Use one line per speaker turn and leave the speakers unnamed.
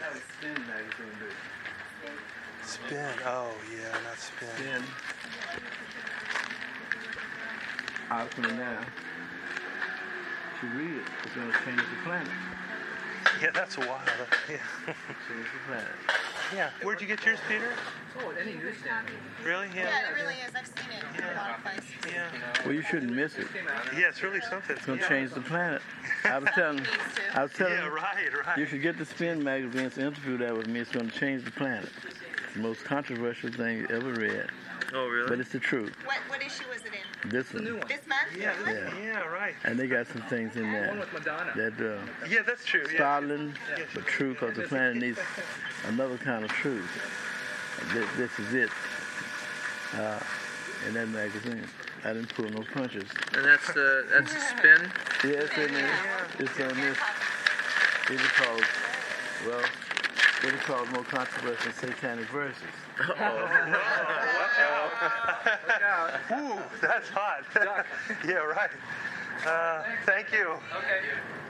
had a spin magazine, but
Spin. Oh yeah, not spin.
spin. Optima now. To read it, it's gonna change the planet.
Yeah, that's wild. Yeah.
Change the planet.
yeah. Where'd you get yours, Peter?
Oh, any newsstand.
Really?
Yeah, it really is. I've seen it in a lot of places.
Yeah.
Well, you shouldn't miss it.
Yeah, it's really something.
It's gonna change the planet. I was telling, I was telling.
Yeah, right,
You
right.
should get the Spin magazine's interview that with me. It's going to change the planet. It's the most controversial thing you ever read,
Oh,
but
really?
it's the truth.
What what issue was it in?
This one,
This month? Yeah.
yeah.
Yeah, right.
And they got some things in there that uh,
Yeah, that's true. Yeah.
startling, but true, because the planet needs another kind of truth. This, this is it. Uh, in that magazine, I didn't pull no punches.
And that's the that's the spin.
Yeah, it's in there. It's on this. It is called, well, it is called more controversial satanic verses.
Ooh, that's hot. yeah, right. Uh, thank you.
Okay.